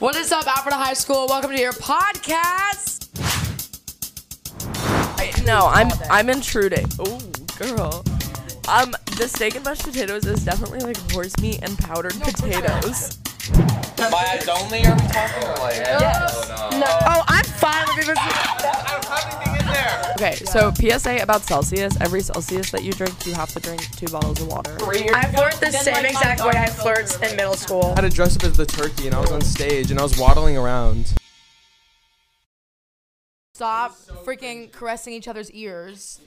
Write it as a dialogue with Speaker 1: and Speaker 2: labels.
Speaker 1: What is up, Alberta High School? Welcome to your podcast.
Speaker 2: No, I'm I'm intruding. Oh, girl. Um, the steak and mashed potatoes is definitely like horse meat and powdered potatoes.
Speaker 3: By ads only, are we talking or like?
Speaker 2: Yes. Oh, I'm fine with even.
Speaker 3: I don't have anything in there.
Speaker 2: Okay, so PSA about Celsius. Every Celsius that you drink, you have to drink two bottles of water.
Speaker 4: I flirt the same exact way I flirt in middle school.
Speaker 3: I had to dress up as the turkey, and I was on stage, and I was waddling around.
Speaker 1: Stop freaking caressing each other's ears.